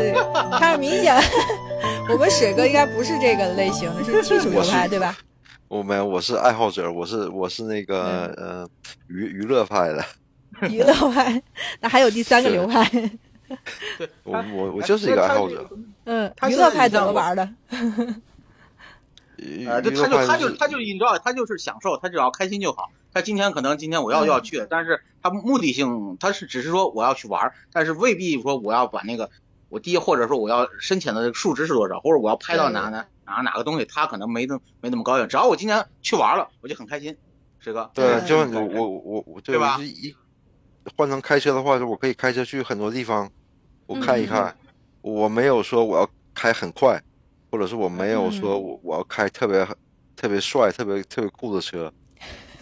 但是明显我们水哥应该不是这个类型的， 是技术流派对吧？我没有，我是爱好者，我是我是那个嗯呃娱娱乐派的，娱乐派，那还有第三个流派，对，我他我我哎就是一个那爱他好这者。嗯，他娱现乐在派你怎像么我玩的？娱呃，对，娱他乐就派他就他就是你知道，他就是享受，他只要开心就好。他今天可能今天嗯我要要去，但是他目的性他是只是说我要去玩儿，但是未必说我要把那个我第一或者说我要深浅的这个数值是多少，或者我要拍到哪哪哪哪个东西，他可能没那没那么高兴。只要我今天去玩了，我就很开心，水哥。对，嗯就对我我我我对对吧我是一换成开车的话，我可以开车去很多地方，我嗯看一看。我没有说我要开很快，或者是我没有说嗯我我要开特别特别帅、特别特别酷的车。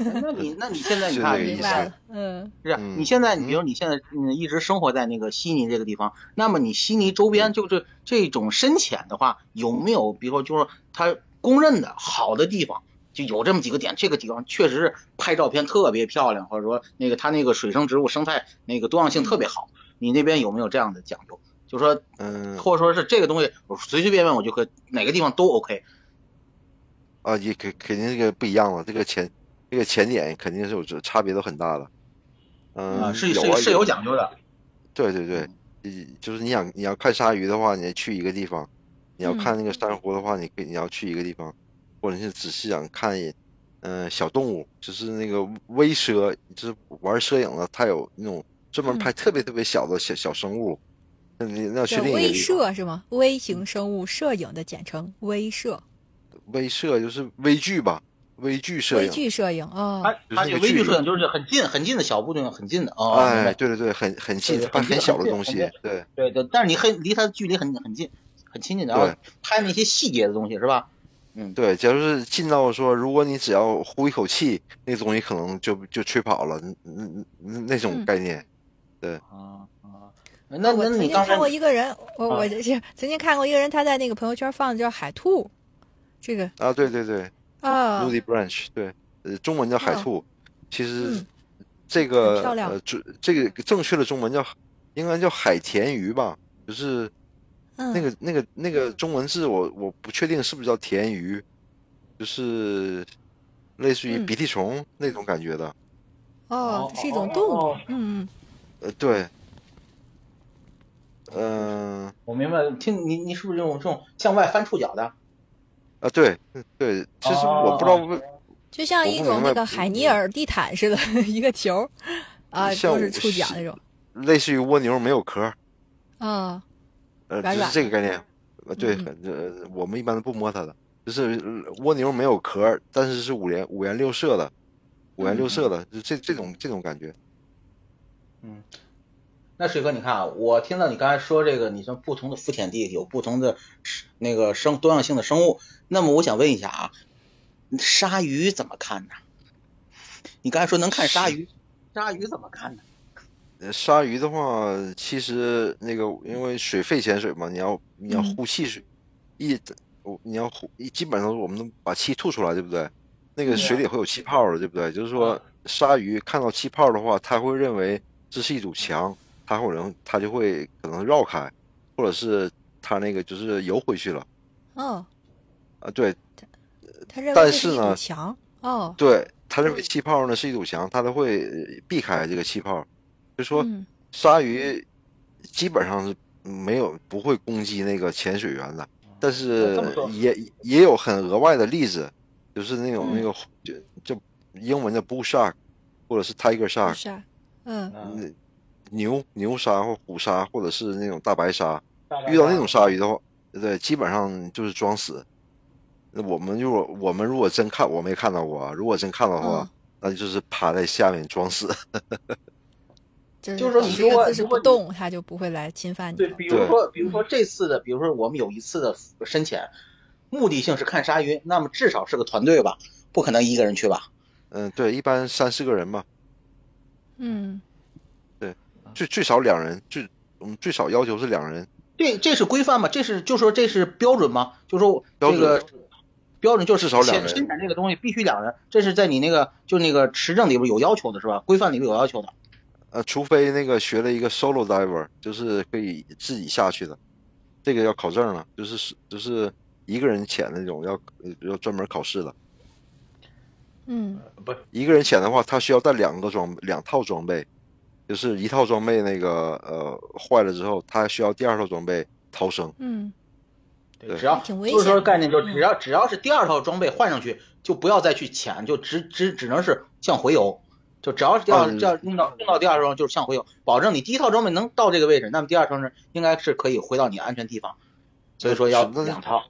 那你那你现在你是看这个意明思你白看了，嗯是嗯你现在，你比如你现在嗯一直生活在那个悉尼这个地方，那么你悉尼周嗯边就这这种深浅的话，有没有比如说就是它公认的好的地方，就有这么几个点，这个地方确实是拍照片特别漂亮，或者说那个它那个水生植物生态那个多样性特别好，你那边有没有这样的讲究？就说嗯或者说是这个东西，我随随便便我就可以哪个地方都 OK，啊，也肯肯定这个不一样了，这个前这个前点肯定是有这差别都很大的。嗯，啊，是有是啊是有讲究的，对对嗯对，一就是你想你要看鲨鱼的话，你得去一个地方；你嗯要看那个珊瑚的话，你可以你要去一个地方，或者是只是想看一，嗯、小动物，就是那个微摄，就是玩摄影的，它有那种专门拍特别特别小的小小生物，那你那要嗯去叫另一个微地方。摄是吗？微型生物摄影的简称，微摄，微摄就是微距吧，微距摄微影。距摄影哦，它它就是那这个个微距距摄影就是很近很近的小步就很近的哦，明白哎，对对对，很很近，对拍很近很小的很东近西，对对对，但是你很离它的距离很很近，很亲近的，然后对拍那些细节的东西是吧？对。假如是近到说，如果你只要呼一口气，那东西可能就就吹跑了，那那那种嗯概念。啊啊，那哎我那曾你经刚才看过一个人，我啊我就是曾经看过一个人，他在那个朋友圈放的叫海兔，这个啊，对对对啊， ，Moody Branch，对，呃，中文叫海哦兔，其实嗯这个很漂亮呃，准这个正确的中文叫应该叫海田鱼吧，就是那嗯，个那个那个中文字我我不确定是不是叫田鱼，就是类似于嗯鼻涕虫那种感觉的，哦，它是一种哦动物哦，嗯嗯，呃，对，嗯我明白了，听你你是不是用这种向外翻触角的？啊，对对，其实我不知道哦为就像我一不种明那白个海尼尔地毯似的一个球儿，啊，像都是我触角是那种，类似于蜗牛没有壳儿，啊，呃，软就软是这个概念。呃，对，嗯反正呃我们一般都不摸它的，就是呃蜗牛没有壳儿，但是是五颜五颜六色的，五颜六色的，就这这种这种感觉。那水哥，你看啊，我听到你刚才说这个，你说不同的浮潜地有不同的生那个生多样性的生物，那么我想问一下啊，鲨鱼怎么看呢？你刚才说能看鲨鱼，鲨鱼怎么看呢？呃，鲨鱼的话，其实那个因为水肺潜水嘛，你要你要嗯呼气水，一我你要呼，一基本上我们能把气吐出来，对不对？那个对水啊里会有气泡的，对不对？就是说啊，鲨鱼看到气泡的话，它会认为这是一堵墙，它可能它就会可能绕开，或者是它那个就是游回去了哦，啊。对，他认为但这是一堵呢墙，哦，对，他认为气泡呢是一堵墙，他都会呃避开这个气泡。就说嗯鲨鱼基本上是没有不会攻击那个潜水员的，但那是这么说也也有很额外的例子，就是那种嗯那个就就英文的 bull shark 或者是 tiger 不 shark，是啊，嗯嗯，那牛牛鲨或虎鲨或者是那种大白鲨，大概遇到那种吧鲨鱼的话，对，基本上就是装死。那我们如果我们如果真看，我没看到过啊。如果真看到的话，嗯那就是趴在下面装死。 就就是是说你你这如个果姿势如不果你动，他就不会来侵犯你对，了，比如对说，比如说这次的，比如说我们有一次的深潜，目的性是看鲨鱼，那么至少是个团队吧，不可能一个人去吧？嗯，对，一般三四个人嘛，嗯最最少两人，最我们最少要求是两人。这这是规范吗？这是就说这是标准吗？就说标这准个标准就是至少两浅人深潜这个东西必须两人，这是在你那个就那个持证里边有要求的是吧？规范里边有要求的。呃，除非那个学了一个 solo diver，就是可以自己下去的。这个要考证了，就是是就是一个人潜那种要呃要专门考试了。嗯不是一个人潜的话，他需要带两个装两套装备，就是一套装备那个呃坏了之后，他需要第二套装备逃生。嗯，对，对只要挺危就是险说的概念，就嗯只要只要是第二套装备换上去，就不要再去潜，就只只只能是向回游。就只要是第二，嗯只要用到用到第二套装就是向回游，保证你第一套装备能到这个位置，那么第二套装备应该是可以回到你安全地方。所以说要是那两套，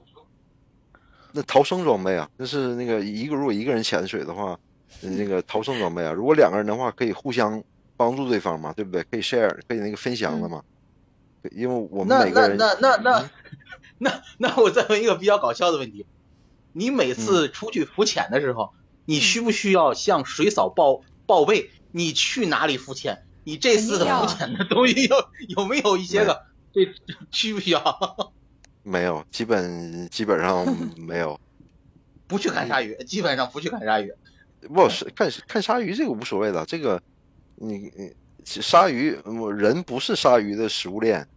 那逃生装备啊，那是那个一个如果一个人潜水的话，呃那个逃生装备啊，如果两个人的话，可以互相帮助对方嘛，对不对？可以 share，可以那个分享了嘛。对因为我们那每个那人嗯那那那 那那我再问一个比较搞笑的问题：你每嗯次出去浮潜的时候，嗯你需不需要向水嫂报报备你去哪里浮潜？你这次肯的定要啊浮潜的东西有 有没有一些个这需不需要？ 没有，基本基本上没有。不去看鲨鱼，基本上不去看鲨哦鱼。不嗯是看看鲨鱼这个无所谓的，这个你你其鲨鱼我人不是鲨鱼的食物链，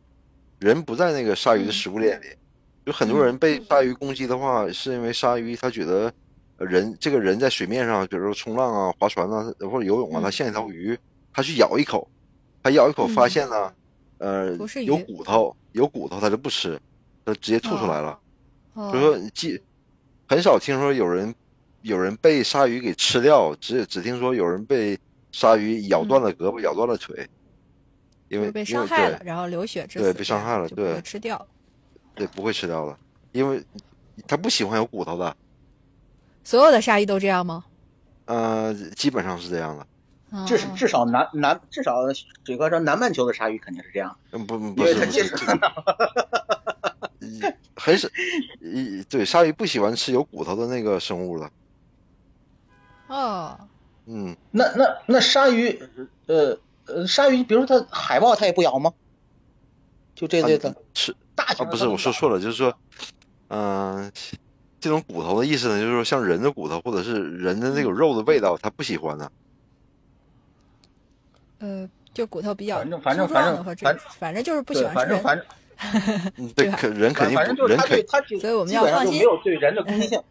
人不在那个鲨鱼嗯的食物链里。有很多人被鲨鱼攻击的话，是因为鲨鱼他觉得呃人这个人在水面上，比如说冲浪啊、划船呐、或者游泳啊，嗯他像一条鱼，他去咬一口，他咬一口发现呢，不呃，是有鱼骨头，有骨头他就不吃，他直接吐出哦来了。哦就，说你记，很少听说有人有人被鲨鱼给吃掉，只只听说有人被鲨鱼咬断了胳膊、咬断了腿，嗯就因为是被因伤为害了，然后流血致死对这样，被伤害了就把它对吃掉。对对不会吃掉的，因为它不喜欢有骨头的，所有的鲨鱼都这样吗？呃，基本上是这样的，啊至至少南南至少水哥说南半球的鲨鱼肯定是这样，嗯，不不因不为是它不接是触这个， 嗯很少，一对鲨鱼不喜欢吃有骨头的那个生物的，哦，嗯，那那那鲨鱼，呃呃，鲨鱼，比如说它海豹，它也不咬吗？就这类的啊吃大啊，型的它不不是，我说咬错了，就是说，嗯、这种骨头的意思呢，就是说像人的骨头或者是人的嗯那种肉的味道，他不喜欢的。呃，就骨头比较反正反正粗壮反的正或者反反正就是不喜对欢反吃正人。反正嗯，对，吧可人肯啊反定反正不，就是人它对肯它就所以我们基要本上放就心没有对人的攻击性，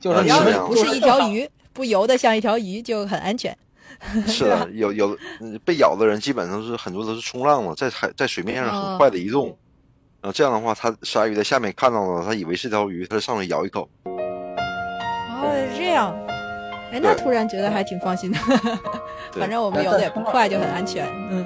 就只啊是说你要这你样们不是一条鱼。鱼，不游的像一条鱼，就很安全。 是的，有有嗯被咬的人基本上是很多都是冲浪嘛，在海在水面上哦很快的移动。啊，这样的话，它鲨鱼在下面看到了，它以为是条鱼，它就上来咬一口。哦，这样，哎，那对突然觉得还挺放心的。 对反正我们游的也不快，就很安全。嗯，